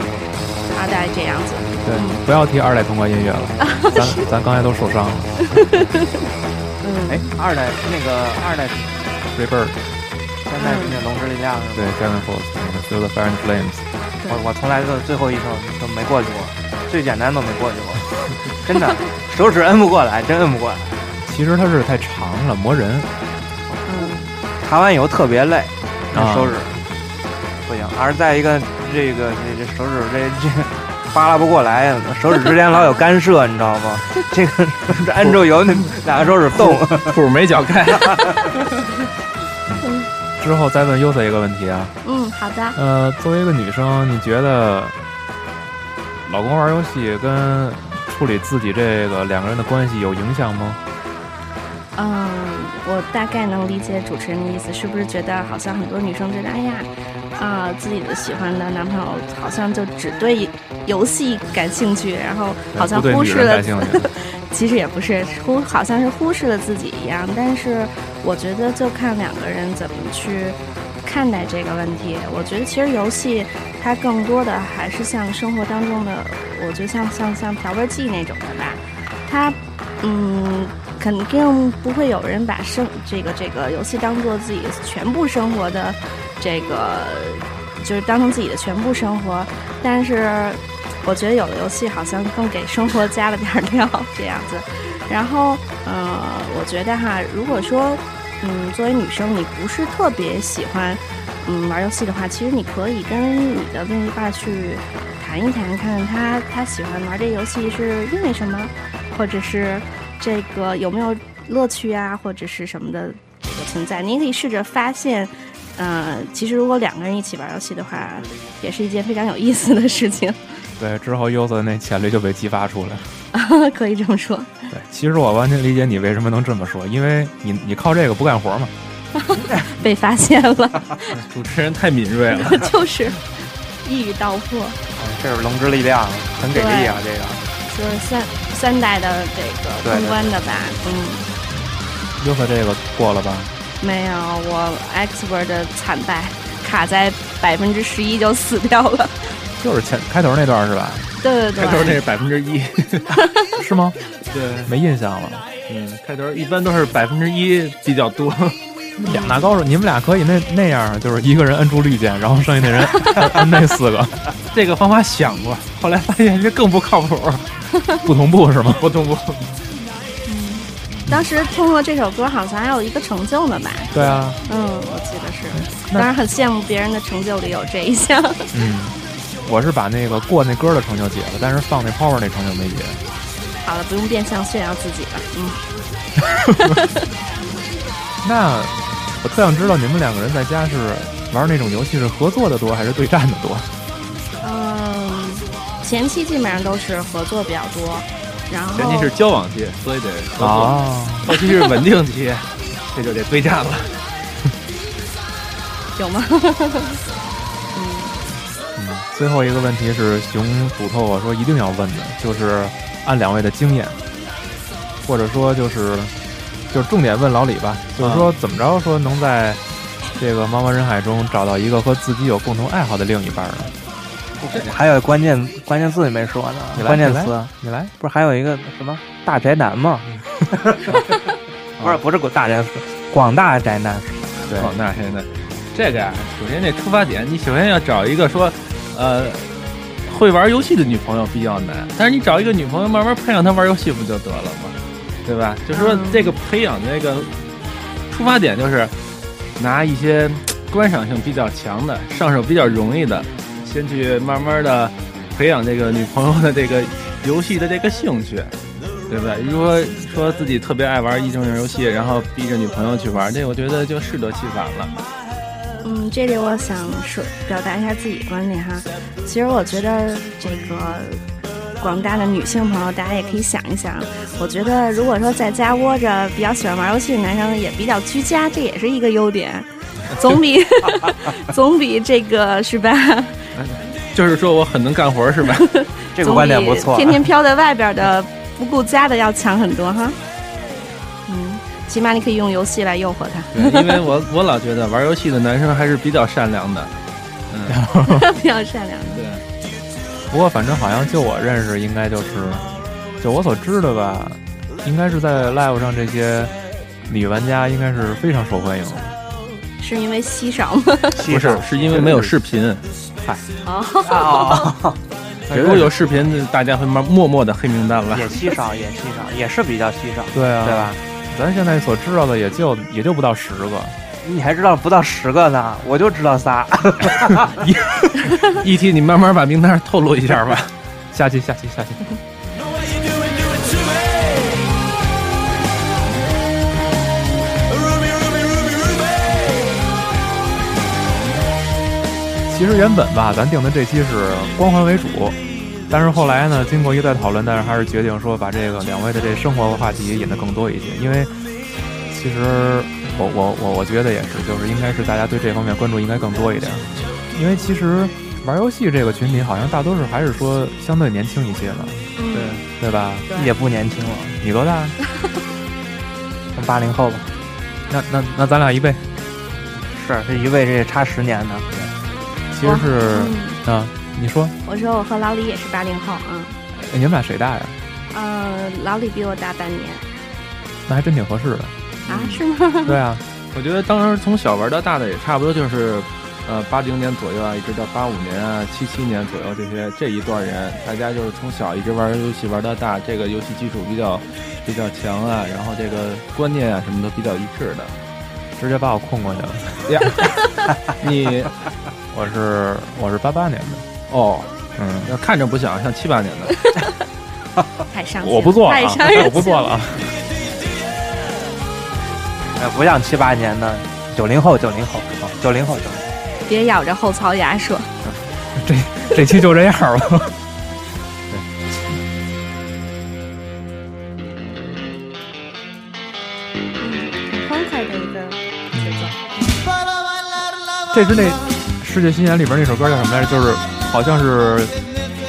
二代这样子。
对，不要提二代通关音乐了，咱 咱刚才都受伤了。
嗯，
哎，二代那个二代，
Rebirth，
现在是那龙之力量是
对
吗？
，Kevin f o r c e 那个 Through the Fire and Flames，
我我从来都最后一首都没过去过，最简单都没过去过，真 的，手指摁不过来，真摁不过来。
其实它是太长了，磨人。
嗯，
弹完以后特别累，那
啊
手指不行，而再一个这个这这手指这这扒拉不过来，手指之间老有干涉， 你知道吗？这个这摁住以 后，那两个手指动。
谱没脚开，
之后再问 Yusa 一个问题啊，
嗯，好的。
呃，作为一个女生，你觉得老公玩游戏跟处理自己这个两个人的关系有影响吗？
嗯，我大概能理解主持人的意思，是不是觉得好像很多女生觉得，哎呀，啊、自己的喜欢的男朋友好像就只对游戏感兴趣，然后好像
不对
忽
女
视
人
了
感，兴趣。
其实也不是忽，好像是忽视了自己一样。但是我觉得就看两个人怎么去看待这个问题。我觉得其实游戏它更多的还是像生活当中的，我觉得像像像调味剂那种的吧，它嗯。肯定不会有人把生这个这个游戏当做自己全部生活的这个就是当成自己的全部生活。但是我觉得有的游戏好像更给生活加了点儿料这样子。 然后，呃，我觉得哈，如果说，嗯，作为女生你不是特别喜欢，嗯，玩游戏的话，其实你可以跟你的另一半去谈一谈，看看他他喜欢玩这游戏是因为什么，或者是这个有没有乐趣啊，或者是什么的这个存在。你也可以试着发现，呃，其实如果两个人一起玩游戏的话，也是一件非常有意思的事情，
对，之后优子的那潜力就被激发出来了。
可以这么说。
对，其实我完全理解你为什么能这么说，因为你你靠这个不干活嘛。
被发现了，
主持人太敏锐 了，
就是一语道破。
这是龙之力量，很给力啊！这个
就是三三代的这个
对
通关的吧，
优子这个过了吧？
嗯，没有，我 expert 的惨败，卡在百分之十一就死掉了，
就是前开头那段是 吧？
对 对
开头那
对，
是百分之一，
是吗？
对，
没印象了。
嗯，开头一般都是百分之一比较多，
两大高手，你们俩可以那那样，就是一个人摁住绿键，然后剩下那人摁摁那四个
这个方法想过，后来发现这更不靠谱，
不同步是吗？
不同步。
当时通过这首歌好像还有一个成就呢吧，
对啊，
嗯，我记得是，
那
当然很羡慕别人的成就里有这一项，
嗯， 我是把那个过那歌的成就解了，但是放那 power 那成就没解。
好了，不用变相炫耀自己了，嗯。
那我特想知道你们两个人在家是玩那种游戏是合作的多还是对战的多？
啊
嗯，前期基本上都是合作比较多，然后
前期是交往期，所以得合作，
啊，
后期是稳定期，这就得对战了。
有吗？
嗯，最后一个问题是熊嘱托我说一定要问的，就是按两位的经验，或者说就是就是重点问老李吧，就是说怎么着说能在这个茫茫人海中找到一个和自己有共同爱好的另一半呢？
还有关键关键字你没说呢，
你来
关键
你来
词
你来，
不是还有一个什么大宅男 吗？不是不是大宅，啊广大宅男。
对，
哦，那现在这个呀，啊首先这出发点，你首先要找一个说，呃，会玩游戏的女朋友比较难，但是你找一个女朋友，慢慢培养她玩游戏不就得了吗？对吧？就说
嗯
这个培养这个出发点就是拿一些观赏性比较强的、上手比较容易的，先去慢慢的培养这个女朋友的这个游戏的这个兴趣。对不对？如果说自己特别爱玩益智类游戏，然后逼着女朋友去玩，这我觉得就适得其反了。
嗯，这里我想说表达一下自己观点哈。其实我觉得这个广大的女性朋友，大家也可以想一想。我觉得如果说在家窝着，比较喜欢玩游戏的男生也比较居家，这也是一个优 点，总比 总比这个是吧？
就是说我很能干活是吧？
这个观点不
总
错啊
比，天天飘在外边的不顾家的要强很多哈。嗯，起码你可以用游戏来诱惑 他，
对，因为我我老觉得玩游戏的男生还是比较善良的。嗯，
比较善良。
对，
不过反正好像就我认识，应该就是，就我所知的吧，应该是在 Live 上这些女玩家应该是非常受欢迎的。
是因为稀少吗？
不 是，是因为没有视频。
哦，
啊，
如果有视频，大家会慢默默的黑名单了。
啊也稀少，也稀少，也是比较稀少，
对啊，
对？吧？
咱现在所知道的也就也就不到十个，
你还知道不到十个呢，我就知道仨。
ET，你慢慢把名单透露一下吧。
下期下期下期。其实原本吧，咱定的这期是光环为主，但是后来呢，经过一再讨论，但是还是决定说把这个两位的这生活话题引得更多一些，因为其实我我我我觉得也是，就是应该是大家对这方面关注应该更多一点，因为其实玩游戏这个群体好像大多数还是说相对年轻一些嘛，
嗯，
对吧？
也不年轻了，
你多 大？
八零后吧。
那那那咱俩一辈，
是，这一位这也差十年呢。
其实是
嗯
啊，你说
我说我和老李也是八零后啊，
哎你们俩谁大呀？
呃，老李比我大半年
那还真挺合适的。
啊，是吗？
对啊，
我觉得当时从小玩到大的也差不多就是呃八零年左右啊，一直到八五年啊、七七年左右这些这一段人，大家就是从小一直玩游戏玩到大，这个游戏基础比较比较强啊，然后这个观念啊什么都比较一致的。
直接把我控过去了。
呀，你
我是我是八八年的，
哦，
嗯，
那看着不像，像七八年的。
太伤心了，
我不做了
太
啊
伤 人，
我不做了啊。
哎，不像七八年的，九零后，九零后，哦九零后，九零。
别咬着后槽牙说。
这期就这样吧。
欢快的一个节奏，
这是那《世界新年》里边那首歌叫什么来着？就是好像是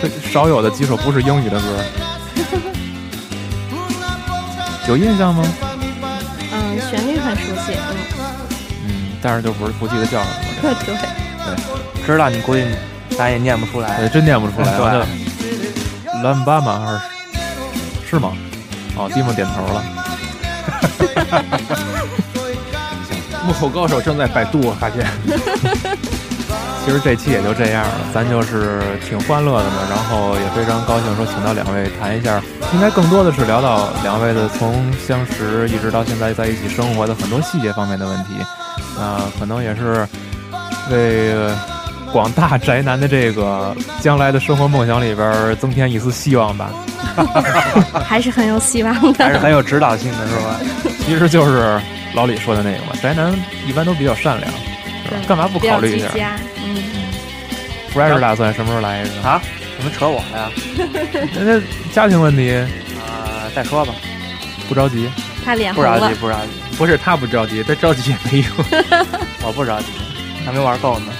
这少有的几首不是英语的歌，有印象吗？
嗯，旋律很熟悉， 嗯，
嗯，但是就不是不记得叫什么了。
对，
知道你估计咱也念不出来。
呃，真念不出来
对
了。兰姆巴马还是是吗？哦，蒂莫点头了。
幕后高手正在百度，我发现。
其实这期也就这样了，咱就是挺欢乐的嘛，然后也非常高兴说请到两位谈一下，应该更多的是聊到两位的从相识一直到现在在一起生活的很多细节方面的问题，啊、可能也是为广大宅男的这个将来的生活梦想里边儿增添一丝希望吧。
还是很有希望
还是
的。
很有指导性的，是吧？
其实就是老李说的那个嘛，宅男一般都比较善良，是吧
对
干嘛不
比
考
较
虑一
居
下
家，嗯，
？Fresh 打算什么时候来一个？
啊，怎么扯我了呀？
那那家庭问题
啊，再说吧，
不着急。
他脸
不
红
啊
着
了
急，，不着急，
不是他不着急，他着急也没用。
我不着急，还没玩够呢。